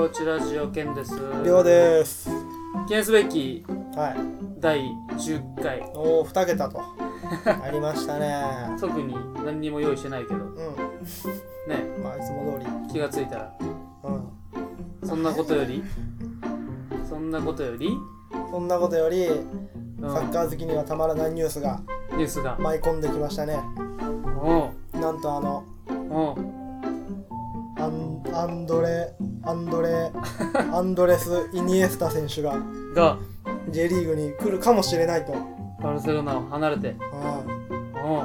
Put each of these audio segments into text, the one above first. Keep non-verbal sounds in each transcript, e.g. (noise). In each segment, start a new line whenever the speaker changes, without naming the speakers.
の健です
りょうです。
記念すべき
はい。
第10回
おお、二桁と。 (laughs) ありましたね。
特に何にも用意してないけど
う
ね
ん。まあ、いつも通り。
気がついたら
う
そんなことよりそんなことより、
ん。そんなことより、
う
サ
ん
ッカー好きにはたまらないニュースが
ニュースが
舞い込んできましたね。
お
なんとあの、
うおう
アンアンドレ、アンドレ、アンドレス・イニエスタ選手が
が
J リーグに来るかもしれないと。う
バルセロナを離れて
ん。
お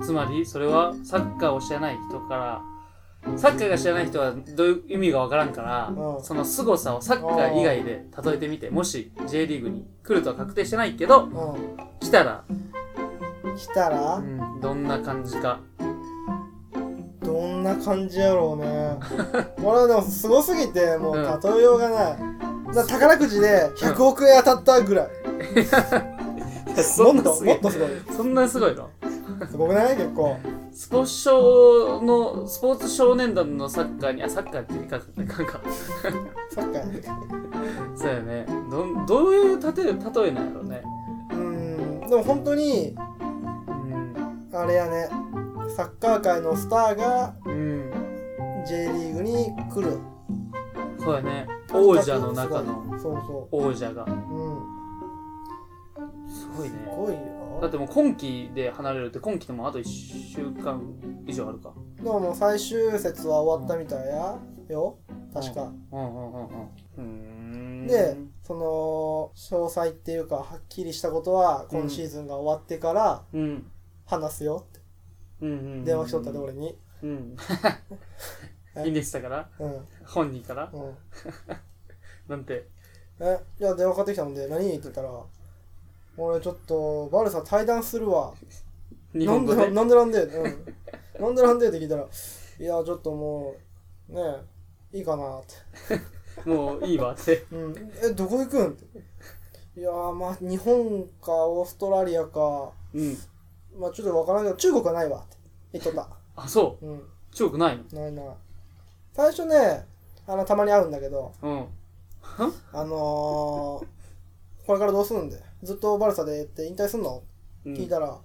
うつまりそれはサッカーを知らない人からサッカーが知らない人はどういう意味がわからんから、
うん
その凄さをサッカー以外で例えてみてもし J リーグに来るとは確定してないけど
う
来たら
ん。来たら、
うんどんな感じか
どんな感じやろうね (laughs) 俺はでもすごすぎてもう
うん
例えようがない、だから宝くじで100億円当たったぐらい、
(laughs) そんな
もっと
すご
も
い
っとすごい
そんなすごいの
すごくない結構
スポ少のスポーツ少年団のサッカーにあサッカーっていかんかんか
サッカーやね
そうやねどんどういう例え例えなんやろうね
うんでも本当に
うん
あれやねサッカー界のスターが
うん
J リーグに来る
そうやね王者の中の
そうそ
王者が
ううん
すごいね
すごい
だっ
よ
てもう今期で離れるって今期でもあと1週間以上あるか
でももう最終節は終わったみたいやよ確か、
うんうんうんうんうーん
でその詳細っていうかはっきりしたことは今シーズンが終わってから
うん
話すよって
うんうん
電話しとったで俺に
うん (laughs) いいんでしたから
うん
本人から
うん
なんて
えいや電話かかってきたので何って言ったら俺ちょっとバルサ対談するわ
日
な
本
ん
語
で
で
なんでなんで、うん、なんでなんでって聞いたらいやちょっともうねえいいかなって、
もういいわ
(laughs)
って
うん、えどこ行くんっていやーまあ日本かオーストラリアか
うん
まあちょっとわからんけど中国はないわって言っとった
あそ
うん
う中国ないの
ないない最初ねあのたまに会うんだけど
うん
あのー、これからどうするんでずっとバルサでって引退すんの、
うん
聞いたら、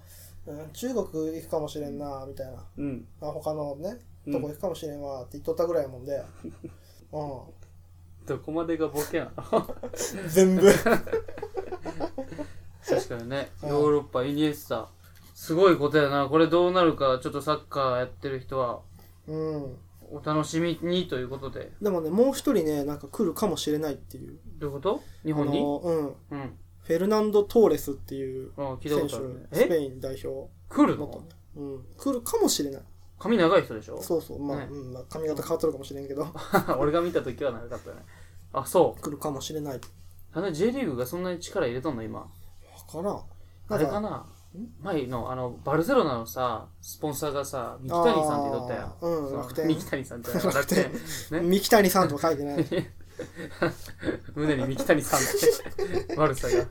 うん、中国行くかもしれんなみたいな
うん
あ他のね
うん
とこ行くかもしれんわって言っとったぐらいやもんで、
(laughs)
う
どこまでがボケ
(laughs)
なの
ん、全部
確かにね
うん
ヨーロッパイニエスタすごいことやなこれどうなるかちょっとサッカーやってる人は
うん
お楽しみにということで
でもねもう一人ねなんか来るかもしれないっていう
どういうこと日本
あ
に
のーうん
うん
フェルナンド・トーレスっていう
あ聞いた
選
こ
手
とあるね
ス
え
ペイン代表
来る
だった
の
ねうん、来るかもしれない
髪長い人でしょ
そうそうまあ、
ね
うんまあ、髪型変わっとるかもしれんけど
(laughs) 俺が見た時は長かったねあそ
来るかもしれないう
あの J リーグがそんなに力入れたんだ今
わからん
あれか
な
な前のあのバルセロナのさスポンサーがさ三木谷さんって言っとったやん
あーうん
そう
楽天
三木谷さんって
(laughs)
言ったやん楽天
んか
ね
三木谷さんとか書いてない
胸に三木谷さんって
(laughs)
悪さが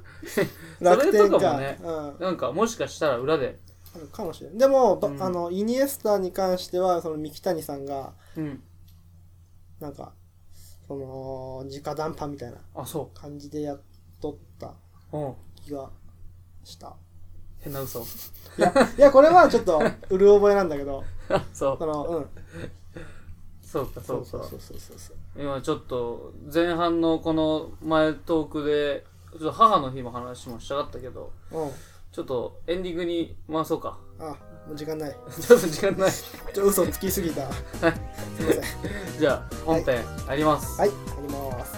楽天
(laughs) それとかもね
うん、あ
なんかもしかしたら裏で
るかもしれないでも、ば
うん
あのイニエスタに関してはその三木谷さんが
うん
なんかその直談判みたいな
あそ
感じでやっとった
ううん
気がした
変な嘘 (laughs)
いやいやこれはちょっとうる覚えなんだけど
あそう
そのうん
そうかそうか
そうそうそうそう
今ちょっと前半のこの前トークでちょっと母の日も話もしたかったけど
そう
ちょっとエンディングに回そうか (laughs)
うんあもう時間ない
ちょっと時間ない
ちょ嘘つきすぎ
(laughs)
たすいません
じゃあ本編あります、
はいあります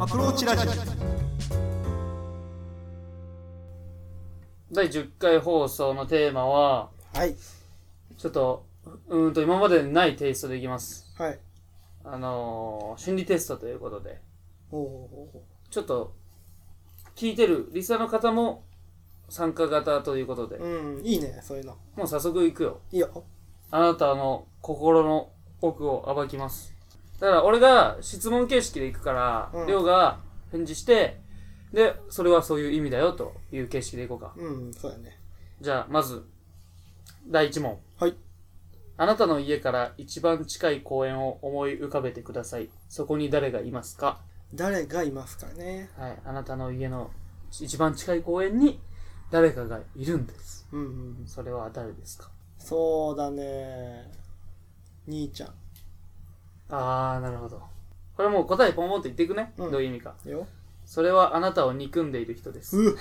アプローチラジ
第10回放送のテーマは
はい
ちょっとうーんと今までにないテイストでいきます
はい
あのー、心理テストということで
おお
ちょっと聞いてるリスナーの方も参加型ということで
うんいいねそういうの
もう早速いくよ
いいよ
あなたの心の奥を暴きます。だから俺が質問形式で行くから、
うん
りょうが返事して、で、それはそういう意味だよという形式で行こうか。
うんそうだね
じゃあ、まず、第1問。
はい。
あなたの家から一番近い公園を思い浮かべてください。そこに誰がいますか
誰がいますかね
はい。あなたの家の一番近い公園に誰かがいるんです。
うんうん
それは誰ですか
そうだね兄ちゃん
あー、なるほど。これもう答えポンポンと言っていくね。
うん
どういう意味か。
よ
それはあなたを憎んでいる人です。
うっ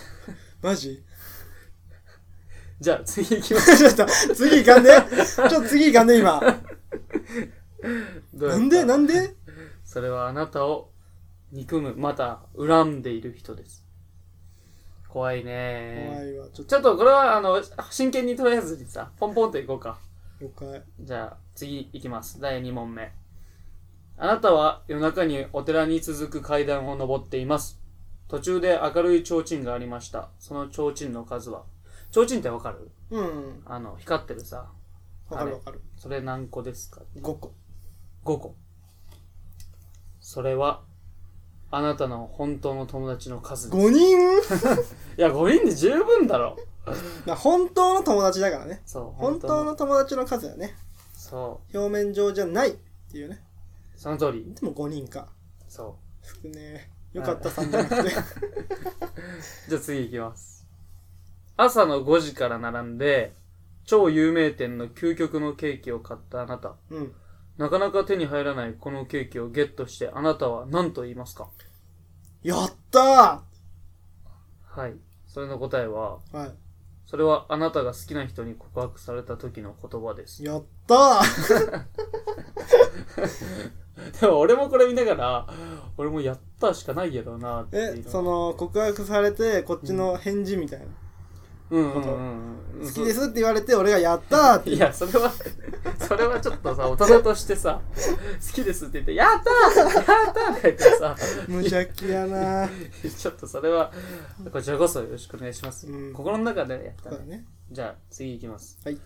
マジ (laughs)
じゃあ、次行きます。
ちょっと次いかんでちょっと次いかんで今
どうや
な
った
んでなんで
それはあなたを憎む、また恨んでいる人です。怖いね
怖いわちょっ
ちょっとこれは、あの、真剣にとりあえずにさ、ポンポンといこうか。
と了解
じゃあ、次いきます。第2問目。あなたは夜中にお寺に続く階段を登っています。途中で明るい提灯がありました。その提灯の数は。提灯ってわかる
うん
あの、光ってるさ。
わかるわかる
それ何個ですか
5個
5個それはあなたの本当の友達の数です
5人 (laughs)
いや5人で十分だろ
まあ本当の友達だからね
そう
本当の友達の数だよね
そ
表面上じゃないっていうね
うその通り
でも5人か
そ
少ねえよかった3じゃなくて
うじゃあ次いきます朝の5時から並んで超有名店の究極のケーキを買ったあなた
(laughs) うん
なかなか手に入らないこのケーキをゲットしてあなたは何と言いますか
やったーは
はいそれの答えはいそれはあなたが好きな人に告白された時の言葉です
やった (laughs) ー
(laughs) でも俺もこれ見ながら、俺もやったしかないやろうなっていう
え
の。
その告白されてこっちの返事みたいな、
うんうんうんうん。。
好きですすって言われて俺がやったーって
いや、それは、 (laughs) それはちょっとさ、大人としてさ、好きですって言って、やったーやったーって言ってさ、
無邪気やな (laughs) ー
(laughs) ちょっとそれは、こちらこそよろしくお願いします。
うん
心の中でやった
そうだ
ね。
ね
じゃあ、次行きます。
はい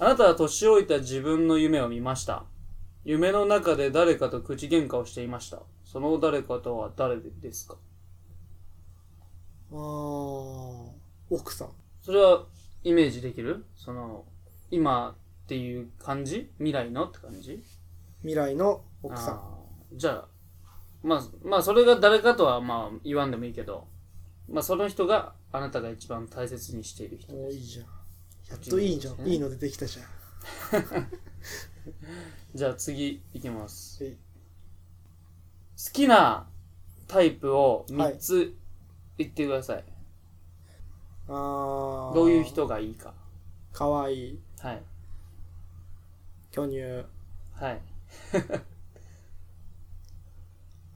あなたは年老いた自分の夢を見ました。夢の中で誰かと口喧嘩をしていました。その誰かとは誰ですか
あー奥さん
それはイメージできるその今っていう感じ未来のって感じ
未来の奥さん
あーじゃあまあまあそれが誰かとはまあ言わんでもいいけどまあその人があなたが一番大切にしている人
おーいいじゃんやっ
っ
といいじゃんいい
の
の出てきたじゃん
じゃあ次いきます
はい
好きなタイプを3つ言ってください、
あー
どういう人がいいか
かわいい
はい
巨乳
はい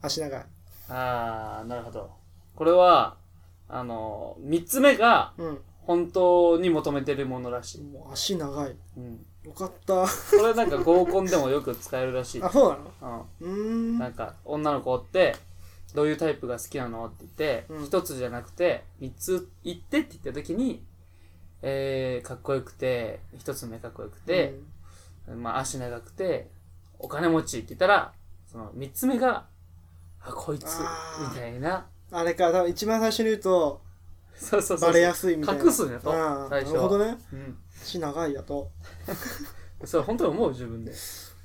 足長い
ああなるほどこれはあの3つ目が
うん
本当に求めてるものらしい。
もう足長い
うん。
よかったあ
これなんか合コンでもよく使えるら
(laughs)
しい。
そうなの
う
うー
ん。
ん
なんか女の子おって、どういうタイプが好きなのって言って、
うん
一、つじゃなくて、三つ言ってって言った時に、えー、かっこよくて、一つ目かっこよくて、まあ足長くて、お金持ちって言ったら、その三つ目が、あ、こいつ、
あー
みたいな。 (laughs)
うんあれか多分一番最初に言うと
そうそうそう。
バレやすいみたいな
隠すんやと
あー
最初
なるほどね
うん。
足長いやと
それ本当に思う自分で。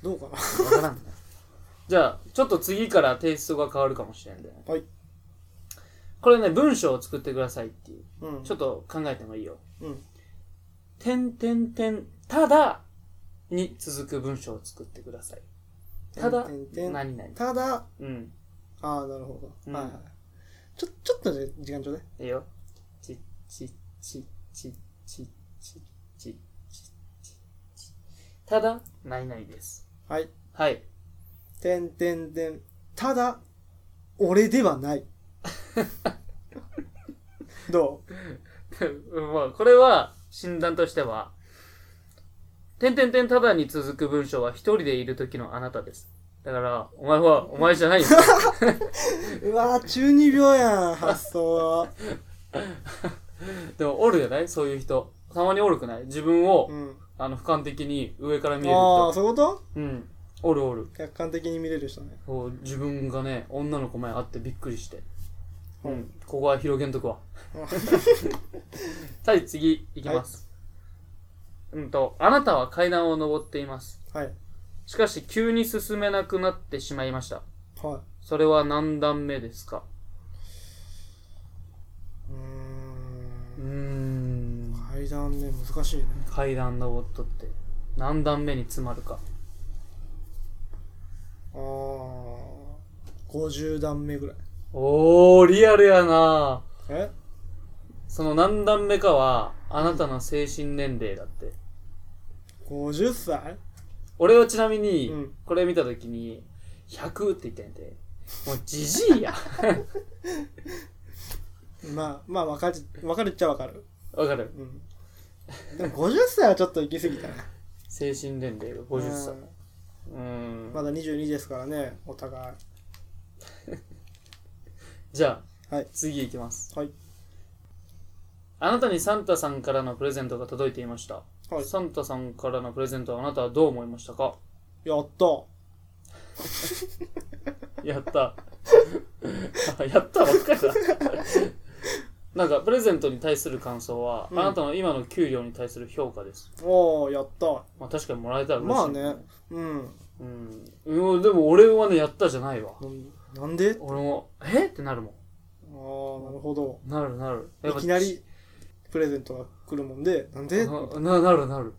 どうかな
わからんね (laughs) じゃあちょっと次からテイストが変わるかもしれんで、
はい
これね文章を作ってくださいっていう
うん
ちょっと考えてもいいよ
うん
「てんてんてんただ」に続く文章を作ってくださいただ
てんてんてん
何々
ただ
うん
ああなるほど、
うん
はいはいちょちょっとじゃ時間ちょうだい
いいよちちちちちちちちただ何々です
はい
はい
てんてんてんただ俺では
(laughs)
ないどう
うんまあ、これは診断としては、点々点ただに続く文章は一人でいる時のあなたです。だから、お前は、お前じゃないよ。
うわー中二病やん発想
でも、おるじゃないそういう人。たまにおるくない自分を、
うん
あの、俯瞰的に上から見える
ああ
人。
そういうこと
うん。おるおる。
客観的に見れる人ね (laughs)
そう自分がね、女の子前会ってびっくりして。う
うん
ん。ここは広げんとくわ
うん。
はい、次、いきます。うんと、あなたは階段を登っています。
はい。
しかし、急に進めなくなってしまいました。
は
それは何段目ですか
い。うー
うー
ん。
ん。
階段ね、難しいね。
階段登っとって、何段目に詰まるか。
ああ。50段目ぐらい。
おー、リアルやな
え
その何段目かは、あなたの精神年齢だって。
50歳
俺はちなみに、
うん
これ見たときに、100って言ったんやて。もうじじいや。
まあまあわかるわかるっちゃわかる、
わかる
うん、でも50歳はちょっと行き過
(laughs)
ぎたね
精神年齢が50歳。
うん
うーん。
まだ22ですからねお互い
じゃあ、
はい
次いきます。
はい
あなたにサンタさんからのプレゼントが届いていました。
はい
サンタさんからのプレゼントはあなたはどう思いました
(laughs)
か
やった
やった。 (laughs) やったばっかりだ。なんか、プレゼントに対する感想は、
うん
あなたの今の給料に対する評価です。
おおやった
まあ確かにもらえたら嬉しい。
まあね。うん
うん。うん、でも俺はね、やったじゃないわ。
なんなんで
俺も、えってなるも
ああなるほど
ん。なるなる。やっぱ
いきなりプレゼントが来るもんでなんで
なななるなる。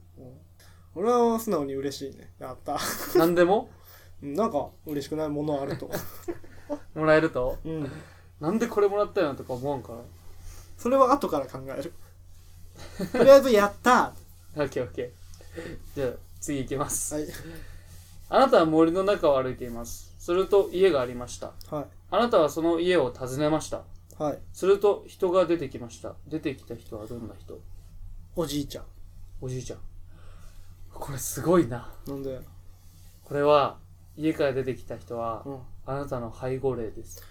俺は素直に嬉しいねやった
何でも
うんなんか嬉しくないものあると
もらえると
(laughs) うん
なんでこれもらったよなとか思わんから。
それは後から考えるとりあえずやった
オッケーオッケー。じゃあ、次行きます。
はい
あなたは森の中を歩いています。すると家がありました。
は
あなたはその家を訪ねました。
いはい
すると人が出てきました。出てきた人はどんな人
おじいちゃん
おじいちゃん。これすごいな。
なんで
これは、家から出てきた人は
う、ん
あなたの背後霊です。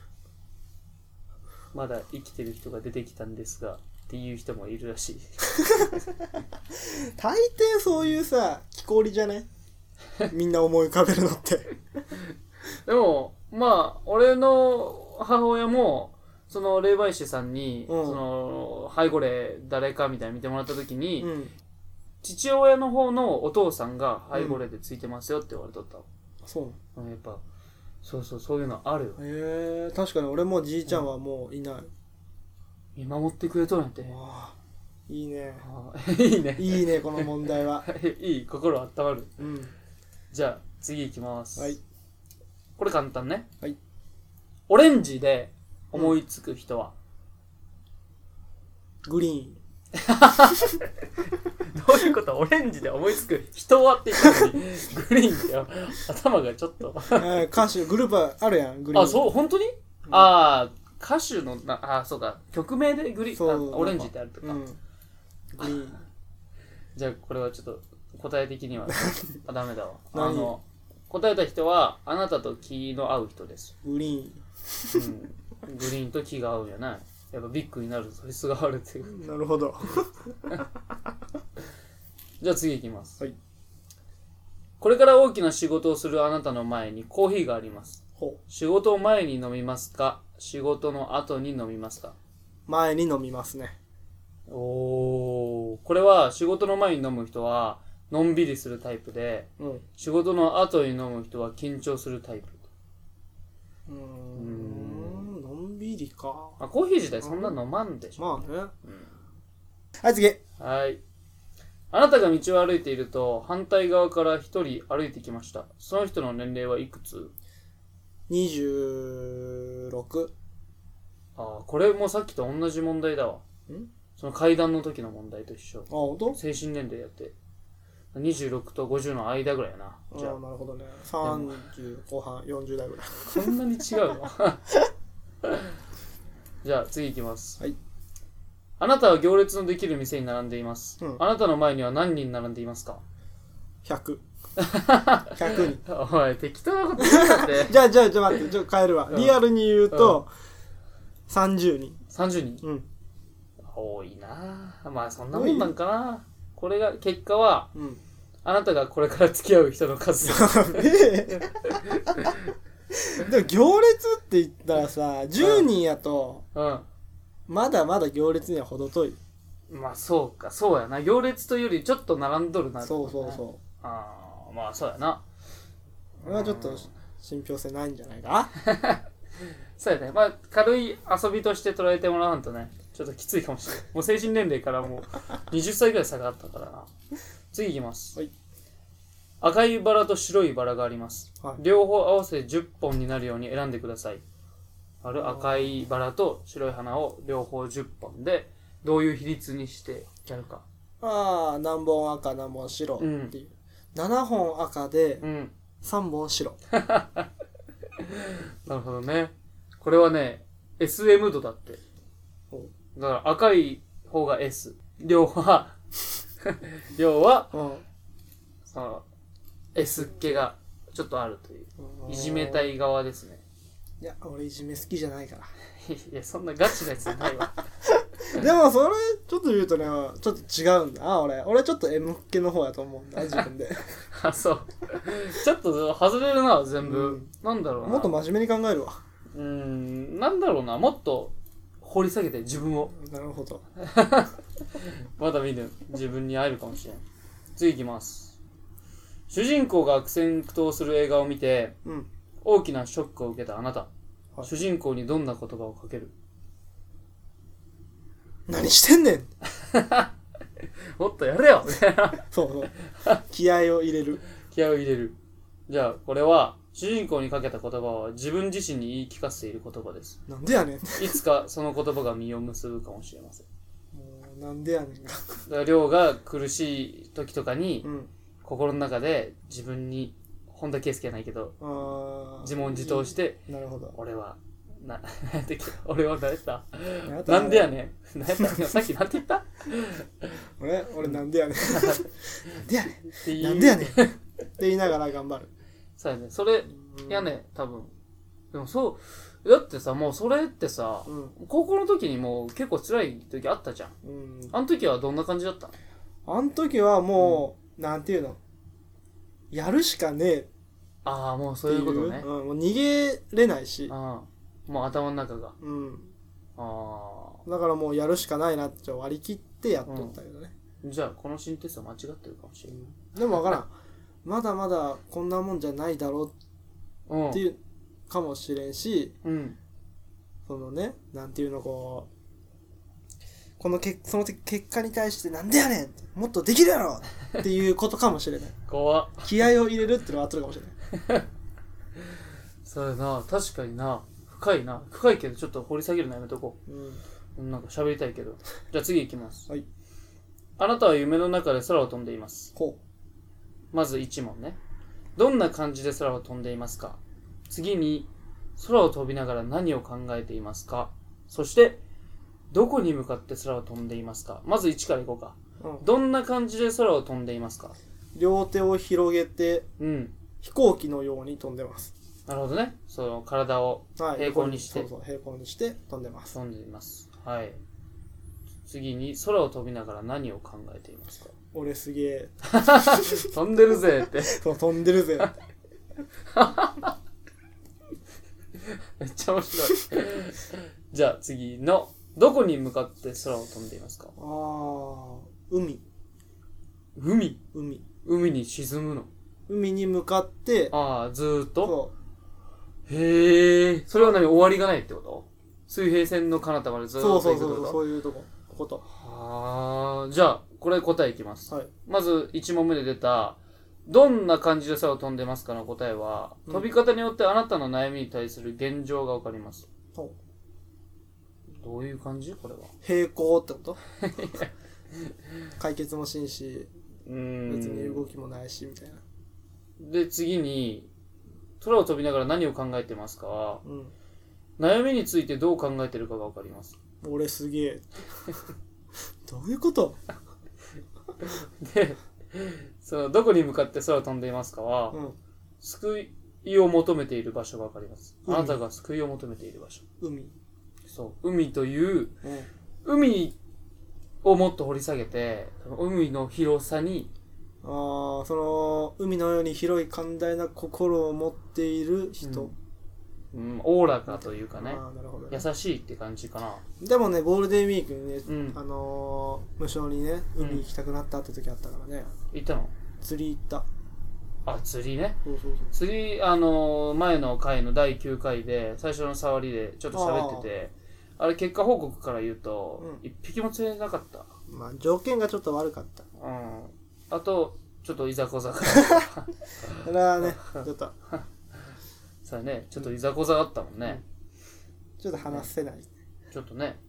まだ生きてる人が出てきたんですが、っていう人もいるらしい。
大抵そういうさ木こりじゃねみんな思い浮かべるのって
でも、まあ、俺の母親も、その霊媒師さんに、
うん
その、背後霊誰かみたいに見てもらった時に、
(laughs) うん
父親の方のお父さんが背後霊でついてますよって言われとったわ。
そう
うんやっぱ、そうそう、そういうのあるよ。
へえー、確かに俺もじいちゃんはもういない、
見守ってくれとるなんて。
あーいいね
あー (laughs) いいね。
いいねこの問題は
いい、心温まる。
うん
じゃあ、次行きます。
はい
これ簡単ね。
はい
オレンジで思いつく人は、
グリーン
どういうことオレンジで思いつく人はって言ったのに、グリーンだよ。頭がちょっと。
えー歌手グループあるやんグリーン
あ、そう、本当に、ああ、歌手のな、あ、そうか、曲名でグリー
そう
ン、あオレンジってあるとか。
うんグリーン
じゃあ、これはちょっと答え的 (laughs) には、あ、ダメだわ。あ
何
の、答えた人は、あなたと気の合う人です。
グリーン
うん、グリーンと気が合うんじゃないやっぱビッグになる素質があるっていう。
なるほど
じゃあ次いきます。
はい
これから大きな仕事をするあなたの前にコーヒーがあります。
ほ
仕事を前に飲みますか仕事の後に飲みますか
う前に飲みますね
おー。これは仕事の前に飲む人は、のんびりするタイプで、
うんう
仕事の後に飲む人は緊張するタイプ。
ーんのんびりか
まあ、コーヒー自体そんな飲まんでしょ。
まあね、はい次
はい。あなたが道を歩いていると、反対側から一人歩いてきました。その人の年齢はいくつ
26
ああ、これもさっきと同じ問題だわ。
ん
その階段の時の問題と一緒
あ。本当
精神年齢やって。26と50の間ぐらいやな。じゃ
ああなるほどね30後半40代ぐらい
あ、こんなに違うのじゃあ、次行きます。
はい。
あなたは行列のできる店に並んでいます。
うん
あなたの前には何人並んでいますか (laughs)
100100人
おい、適当なこと言うな (laughs) って。
じゃあじゃあじゃあ待ってちょっと変えるわ
うん
リアルに言うと、30人
30人。
うん
多いなあまあそんなもんなんかなこれが結果は
うん
あなたがこれから付き合う人の
(laughs)
数
ええ (laughs) でも行列って言ったらさ10人やと
うん
まだまだ行列には程遠い
まあそうか、そうやな。行列というよりちょっと並んどるな。
そうそう
う。
そ
ああ、まあそうやな。
うこれはちょっと信憑性ないんじゃないか
そうやね。まあ軽い遊びとして捉えてもらわんとね、ちょっときついかも
(laughs)
しれない。もう成人年齢からもう20歳ぐらい差があったからな。次いきます。
はい
赤いバラと白いバラがあります。
はい
両方合わせ10本になるように選んでください。ある赤いバラと白い花を両方10本で、どういう比率にしてやるか。
ああ何本赤何本白っていう、7本赤で
うん。
3本白
なるほどね。これはね、SM 度だって。
ほ
だから赤い方が S。量は、 (laughs) 量は、
うん
その、S っ気がちょっとあるという。いじめた
い
い側ですね。 (laughs)
いや俺いじめ好きじゃないから
いや、そんなガチなやつないわ。 (laughs)
でもそれちょっと言うとねちょっと違うんだな俺俺ちょっと M 系の方やと思うんだ自
(laughs)
分で
あ、そう。ちょっと外れるな、全部。
うん
なんだろうな。
もっと真面目に考えるわ
うーん、なんだろうな。もっと掘り下げて自分を。
なるほど
まだ見ぬ自分に会えるかもしれん次いきます主人公が悪戦苦闘する映画を見て
うん
大きなショックを受けたあなた、
はい
主人公にどんな言葉をかける
何してんねん
もっとやれよ (laughs)
そうそう気合を入れる
気合を入れるじゃあこれは主人公にかけた言葉は自分自身に言い聞かせている言葉です
なんでやねん
いつかその言葉が実を結ぶかもしれません
もうなんでやねん
だ
か
から亮が苦しい時とかに
うん
心の中で自分に本田圭佑やないけど
あー
自問自答して
なるほど
俺はななんだっけ (laughs) 俺は誰だ
なん
なんでやねん。なんやったっけ (laughs) さっきなんて言ったっ
俺俺な
(laughs)
んでやねんなんでやね
てい
ん
う。
なんでやねんって言いながら頑張る
そうやね。それ、やね、多分。でもそう、だってさ、もうそれってさ、
うん
高校の時にもう結構辛い時あったじゃん。
うん
あの時はどんな感じだったの
あん時はもうなんていうのやるしかねえって
ああ、もうそ
いう
ういうことね。
うんもう逃げれないし
ああもう頭の中が。
うん
あ
だからもうやるしかないなって割り切ってやっとったけどね、
あ。じゃあ、この心テストは間違ってるかもしれない。
でも分からんまだまだこんなもんじゃないだろう
うん。
っていうかもしれんし
うん。
そのねなんていうのこうこのけその結果に対してなんでやねんってもっとできるやろっていうことかもし
(laughs)
れない
怖っ。
気合を入れるっていうのはあっとるかもしれない
そうやな。確かにな。深いな。深いけど、ちょっと掘り下げるのやめとこう。
うん
なんか喋りたい (laughs) けど。じゃあ次行きます。
はい。
あなたは夢の中で空を飛んでいます。
こ
まず1問ね。どんな感じで空を飛んでいますか次に、空を飛びながら何を考えていますかそして、どこに向かって空を飛んでいますかまず1からいこうか。
う、うん
どんな感じで空を飛んでいますか
両手を広げて
うん。
飛行機のように飛んでます、
なるほどね。その体を
はい、
平行にして
そうそう平行にして飛んでます
飛んでいます。はい。次に、空を飛びながら何を考えていますか
俺すげえ
飛んでるぜって。
そう飛んでるぜ
(laughs) めっちゃ面白い。じゃあ次の、どこに向かって空を飛んでいますか
あー海
海。
海
海に沈むの。
海に向かって
ああ、ずーっと。
そ
へえ。それは何終わりがないってこと水平線の彼方までず
う
ーっ
そう
と行
そ
くって
うそ
こ
う
と
そうそういうとここと
はあ、じゃあ、これ答えいきます。
はい
まず1問目で出た、どんな感じで空を飛んでますかの答えは、
うん
飛び方によってあなたの悩みに対する現状がわかります。
そう
どういう感じこれは。
平行っ
(laughs)
てこと解決もしんし
うーん
別に動きもないしみたいな
で、次に、空を飛びながら何を考えてますかは
うん
悩みについてどう考えてるかがわかります。
俺すげえ (laughs) どういうこと
で、その、どこに向かって空を飛んでいますかは、
うん
救いを求めている場所がわかります。あ
海
なたが救いを求めている場所。
海
そう。海という、
うん
海をもっと掘り下げて、海の広さに、
ああその海のように広い寛大な心を持っている人、
うんうん、おおらかというかね、
ああなるほどね
優しいって感じかな。
でもねゴールデンウィークにね、
うん
あのー無償にね海行きたくなったって時あったからね、
行ったの
釣り行った
あ、釣りね。
そうそうそう
釣り、あのー前の回の第9回で、最初の触りでちょっと喋ってて、あれ結果報告から言うと
う、ん
一、匹も釣れなかった。
まあ条件がちょっと悪かった
うん。あと、ちょっといざこざが。
だか
(laughs)
らねちょっと
そうだね、ちょっといざこざがあったもんね。
ちょっと話せない、
ちょっとね、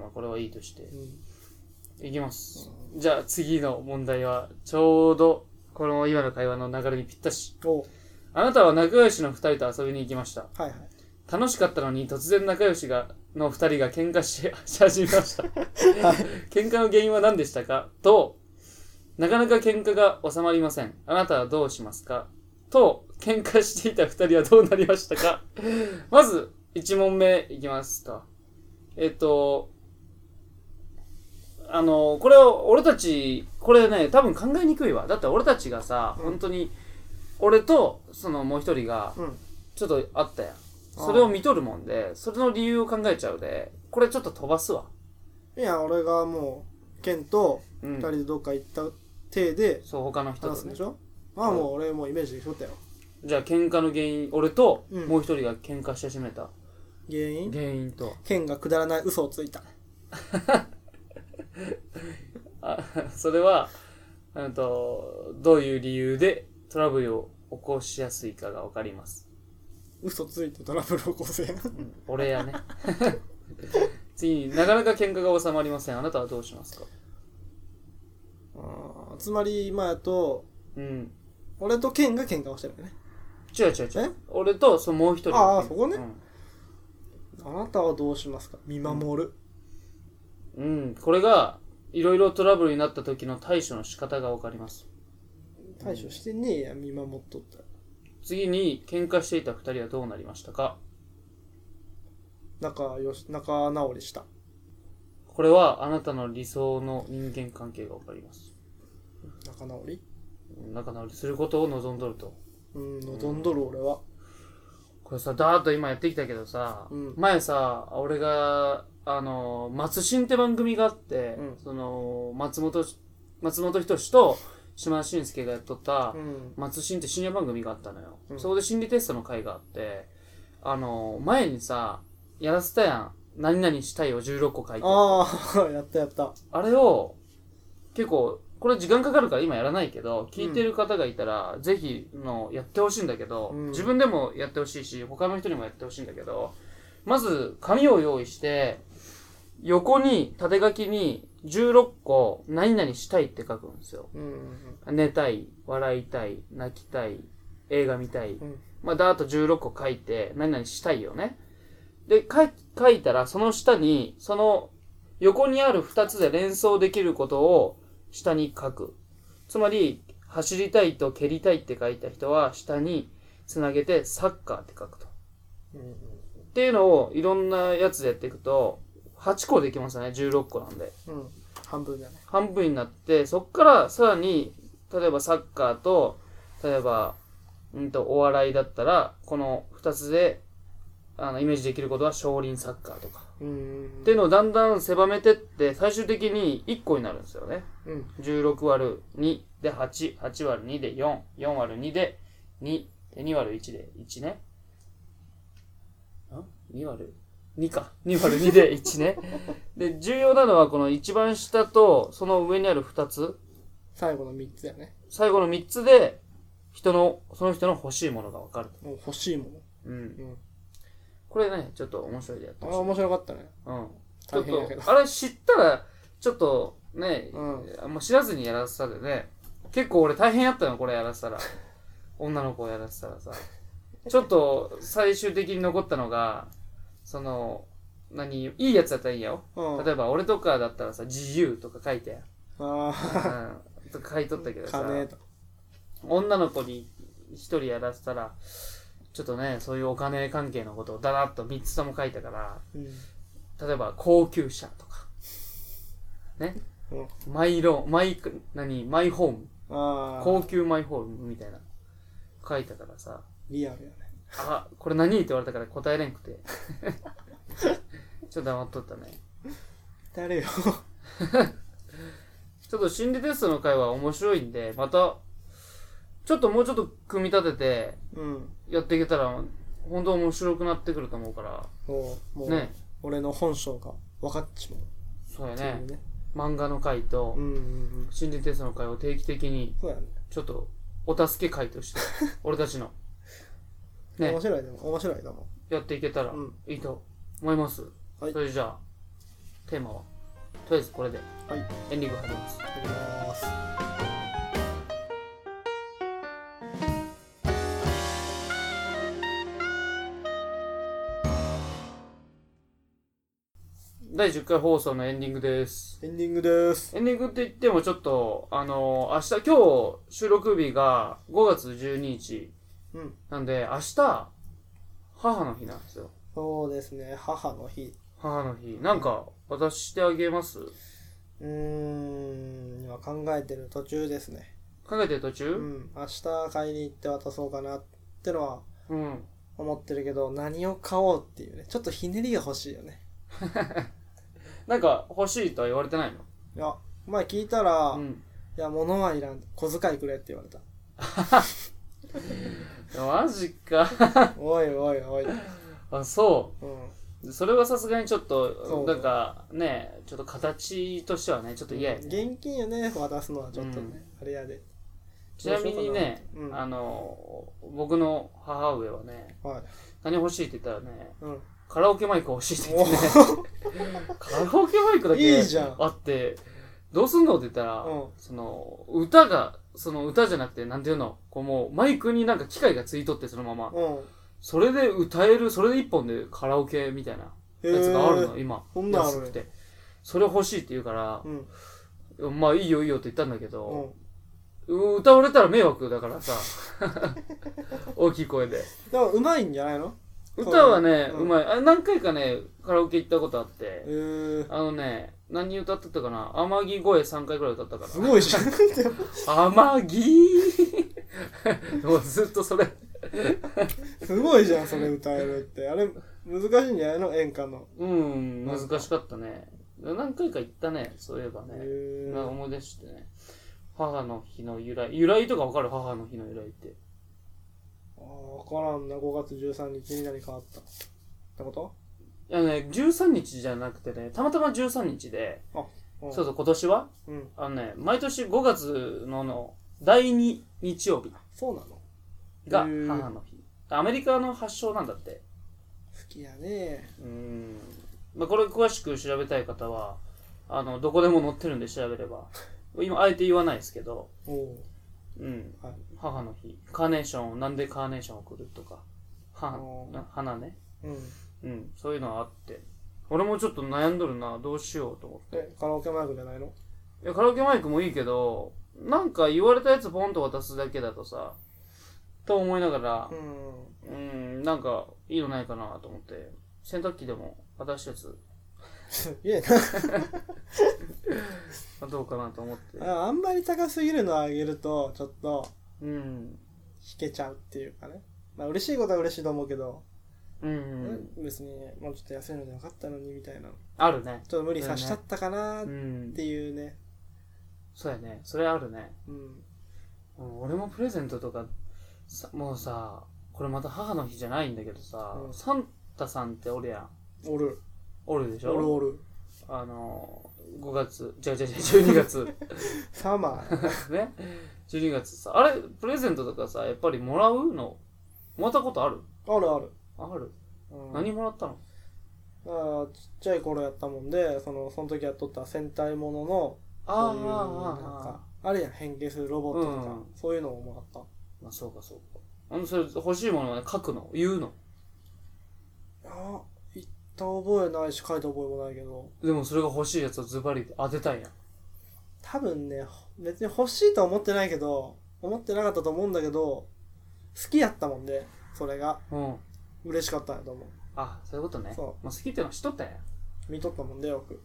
まあ、これはいいとして。
うん
いきます。じゃあ次の問題は、ちょうど、この今の会話の流れにぴったし。
お
あなたは仲良しの二人と遊びに行きました。
はいはい
楽しかったのに突然仲良しが、の二人が喧嘩しし始めま
(laughs)
した。喧嘩の原因は何でしたかと、なかなか喧嘩が収まりません。あなたはどうしますかと、喧嘩していた二人はどうなりました
(laughs)
かまず、一問目いきますか。えっと、あの、これを、俺たち、これね、多分考えにくいわ。だって俺たちがさ、
うん
本当に、俺と、そのもう一人が、
うん
ちょっとあったやん。それを見とるもんで、それの理由を考えちゃうで、これちょっと飛ばすわ。
いや俺がもうケンと
うん。
二人でどっか行った体で
そう、他の人
話
と
すん
ね
でし。ょ、まあもう俺もうイメージできとったよ
じゃあ喧嘩の原因、俺と
うん
もう一人が喧嘩し始めた
原因
原因と。
ケンがくだらない嘘をついた
あ (laughs) それは、うんと、どういう理由でトラブルを起こしやすいかがわかります。
嘘ついてトラブルを起こ (laughs) せ
うん、俺やね。 (laughs) 次になかなか喧嘩が収まりません。あなたはどうしますか
あーつまり今やと
うん。
俺とケンが喧嘩をしてるよね
違う違う違
え
う。俺とそのもう一人が喧嘩。
ああそこね
うん
あなたはどうしますか見守る、
うん、これが、いろいろトラブルになった時の対処の仕方がわかります。
対処してねえや見守っとったら
次に、喧嘩していた二人はどうなりましたか
仲よし仲直りした
これは、あなたの理想の人間関係がわかります。
仲直り
仲直りすることを望んどると。
うん望んどる俺は
これさ、だーっと今やってきたけどさ、
うん
前さ、俺が、あの、松新って番組があって、
うん
その、松本、松本人志と島田紳介がやっとった、
うん
松新って深夜番組があったのよ、
うん
そこで心理テストの回があってあの前にさやらせたやん何々したいを16個書いてあ
ああやったやった
れを結構これ時間かかるから今やらないけど聞いてる方がいたら、ぜひのやってほしいんだけど、
うん
自分でもやってほしいし他の人にもやってほしいんだけどまず紙を用意して横に縦書きに16個何々したいって書くんですよ
うんうん
寝たい、笑いたい、泣きたい、映画見たい。
うん
まあ、だーっと16個書いて、何々したいよね。で、書い書いたら、その下に、その横にある2つで連想できることを下に書く。つまり、走りたいと蹴りたいって書いた人は、下につなげてサッカーって書くと。
うん
っていうのを、いろんなやつでやっていくと、8個できますよね、16個なんで。
うんうん半分だね
半分になって、そっからさらに、例えばサッカーと、例えば、うんと、お笑いだったら、この二つで、あの、イメージできることは少林サッカーとか。
うん
っていうのをだんだん狭めてって、最終的に1個になるんですよね。
うん
16割る2で8、8割る2で4、4割る2で2、で2割る1で1ね。ん ?2 割る2か。2割る2で1ね。で、重要なのはこの一番下とその上にある2つ、
最後の3つだよね
最後の3つで、人の、その人の欲しいものがわかる。
もう欲しいもの
うん。
うん
これね、ちょっと面白いでやって
あ
ほし
あ
い。
面白かったね
うん。ちょ
大
っ
変やけど
と、あれ知ったら、ちょっとね、
うん
あんま知らずにやらせたでね結構俺大変やったのこれやらせたら女の子をやらせたらさちょっと最終的に残ったのがその何いいやつだったらいいよ
うん
例えば俺とかだったらさ「自由」とか書いて、
あ
うん、とか書いとったけ
あ
どさ
金と
女の子に一人やらせたらちょっとねそういうお金関係のことをだらっと3つとも書いたから
うん
例えば高級車とかね、マイローンマイク何マイホーム
ああ
高級マイホールみたいな書いたからさ
リアルやね
あ、これ何って言われたから答えれんくて。 (laughs) ちょっと黙っとったね。
誰よ (laughs)
ちょっと心理テストの回は面白いんで、また、ちょっともうちょっと組み立てて
うん
やっていけたら、本当面白くなってくると思うから、
もうもう、
ね。
俺の本性が分かっちまう
そうや
ってい
ね
う。ね
漫画の回と
うん、うんうん
心理テストの回を定期的に、
そうだね
ちょっと、お助け回と
(laughs)
して、俺たちの、ね
面、白いでも面白いでも
やっていけたら
うん
いいと思います。
はい
それじゃあ、テーマは、とりあえずこれで、
はい
エンディング入ります。
やります
第10回放送のエンディングです。
エンディングです
エンディングって言ってもちょっと、あの明日、今日収録日が5月12日。
うん
なんで、明日、母の日なんですよ。
そうですね母の日
母の日。なんか、渡してあげます
うーん今考えてる途中ですね
考えてる途
う
中
ん明日買いに行って渡そうかなってのは
うん。
思ってるけど何を買おうっていうねちょっとひねりが欲しいよね
なんか、欲しいとは言われてないの
いや前聞いたら、
う
い
ん。
や物はいらん小遣いくれって
(laughs)
言われた
マジか。
おいおいおい、うん、
あ、そう。それはさすがにちょっ
そ
と、
う
なんか、ね、ちょっと形としてはね、ちょっと嫌やね。
現金よね渡すのはちょっとね、あれやで
ちなみにね、
うん
あの、僕の母上はね、
はい
何欲しいって言ったらね、
うん
カラオケマイク欲しいって言ってね。 (laughs) カラオケマイクだけ
いいじゃん
あって、どうすんのって言ったら、
うん
その、歌が、その歌じゃなくて、なんていうのこうもう、マイクになんか機械がついとって、そのまま。
うん
それで歌える、それで一本でカラオケみたいな
へー
やつがあるの、今。
そんなんある
安くて。それ欲しいって言うから
う、ん
まあいいよいいよって言ったんだけ
う
ど、
ん
うん歌われたら迷惑だから
(laughs)
さ、大きい声で。
でもうまいんじゃないの
歌はね、
う
うんまい。あ何回かね、カラオケ行ったことあって
え、ー、
あのね、何歌ってたかな天城声3回くらい歌ったか
すごいじゃん (laughs)
ら。天城 (laughs) もうずっとそれ。
すごいじゃんそれ歌えるってあれ難しいんじゃないの演歌の
うん、難しかったね。何回か行ったね、そういえば
へ
ね。
え
なんか思い出してね。母の日の由来。由来とかわかる母の日の由来って。
あ分からんな5月13日に何かあったってこと
いやね、13日じゃなくてね、たまたま13日で、
うん
そうそう、今年は
うん
あのね、毎年5月のの第2日曜日
そうなの好
が
へー
母の日。アメリカの発祥なんだって。
きやね
うーんまあ、これ詳しく調べたい方はあのどこでも載ってるんで調べれば (laughs) 今あえて言わないですけど、
おお
うん
はい
母の日カーネーションをなんでカーネーションを送るとか花
おー
な花ね、
うん
うん、そういうのはあって俺もちょっと悩んどるなどうしようと思って
えカラオケマイクじゃないの
いやカラオケマイクもいいけどなんか言われたやつポンと渡すだけだとさと思いながら
うん
う
(laughs)
んなんかいいのないかなと思って洗濯機でも渡したやつ
いや
どうかなと思って
ああんまり高すぎるのをあげるとちょっと
うん
引けちゃうっていうかねまあ嬉しいことは嬉しいと思うけど、
うん、
別にもうちょっと安いのでよかったのにみたいな
あるね
ちょっと無理さしちゃったかな
う
ーっ
ん
ていうね
そうやねそれあるね
うん
うん俺もプレゼントとかさもうさこれまた母の日じゃないんだけどさ、
うん
サンタさんっておるやん
おる
おるでしょ
おるおる
あの5月じゃじゃじゃ12月
サマー
ね12月さあれプレゼントとかさやっぱりもらうのもらったことある
あるある、
ある、
うん、
何もらったの
だからちっちゃい頃やったもんでそのその時やっとった戦隊ものの
あーあ
そういうなん
ーあー
かあるやん変形するロボットとか、
うん
そういうのをもらった
まあそうかそうかあのそれ欲しいものはね書くの言うの
あ言った覚えないし書いた覚えもないけど
でもそれが欲しいやつをズバリ当てたんや
多分ね別に欲しいとは思ってないけど思ってなかったと思うんだけど好きやったもんでそれが
うん
嬉しかったんやと思
あそういうことね
そう
まあ、好きってのはしとったんや
う見とったもんでよく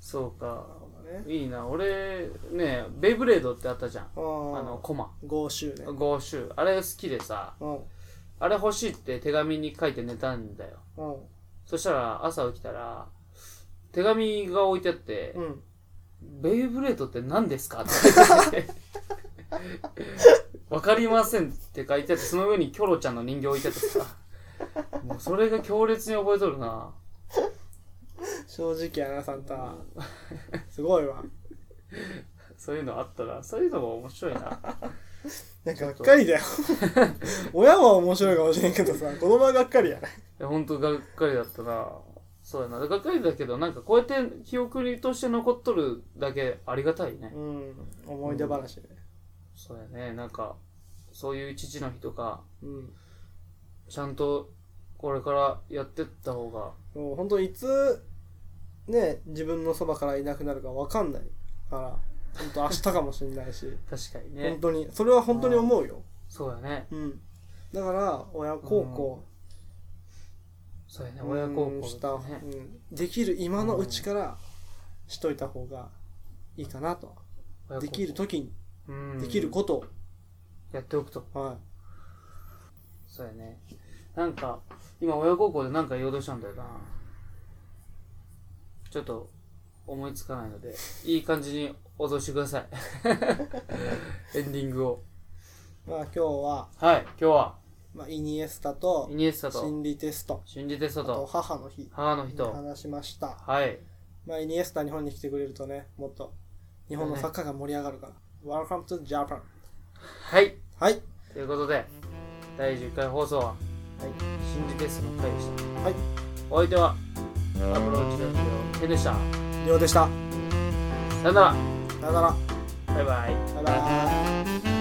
そうか
そうだね
いいな俺ねベイブレードってあったじゃん
あ
あの
の
コマ
5周年
ゴーシューあれ好きでさ
うんうん
あれ欲しいって手紙に書いて寝たんだよそしたら朝起きたら手紙が置いてあって
うん
「ベイブレードって何ですか?」って書いて (laughs) て「わかりません」って書いてあってその上にキョロちゃんの人形置いてあってさもうそれが強烈に覚えとるな
正直やなサンタすごいわ
そういうのあったらそういうのも面白いな
なんかがっかりだよ親は面白いかもしれんけどさ子供はがっかりやね
いやほんとがっかりだったなそうやながっかりだけどなんかこうやって記憶にとして残っとるだけありがたいね
うん思い出話ね
そうやねなんかそういう父の日とか
うん
ちゃんとこれからやってった方が
もう本当いつね自分のそばからいなくなるかわかんないから本当明日かもしれないし
確かにね
本当にそれは本当に思うよ
そうやね
うんだから親孝行
そうやね親孝
うん
行
し
だ
た、う
よね
ん、できる今のうちからしといた方がいいかなと、
親孝行
できる時に
うん
できることを、
やっておくと
は
そうやねなんか今親孝行で何か言おうとしたんだよなちょっと思いつかないのでいい感じに脅してくだ
(laughs)
さいエンディングを
いまあ今日は、
はい今日は
まあ、イニエスタと
イニエスタと
心理テスト
心理テスト
あと
と
母の日
母の日
に
と
話しました、
はい
まあ、イニエスタ日本に来てくれるとねもっと日本のサッカーが盛り上がるから、Welcome to Japan
はい
はい
ということで第10回放送は、心理テストの回でした
はい
お相手はアプローチラジオケンでした
りょうでした
さよなら
さよなら
バイバイ
バイバイ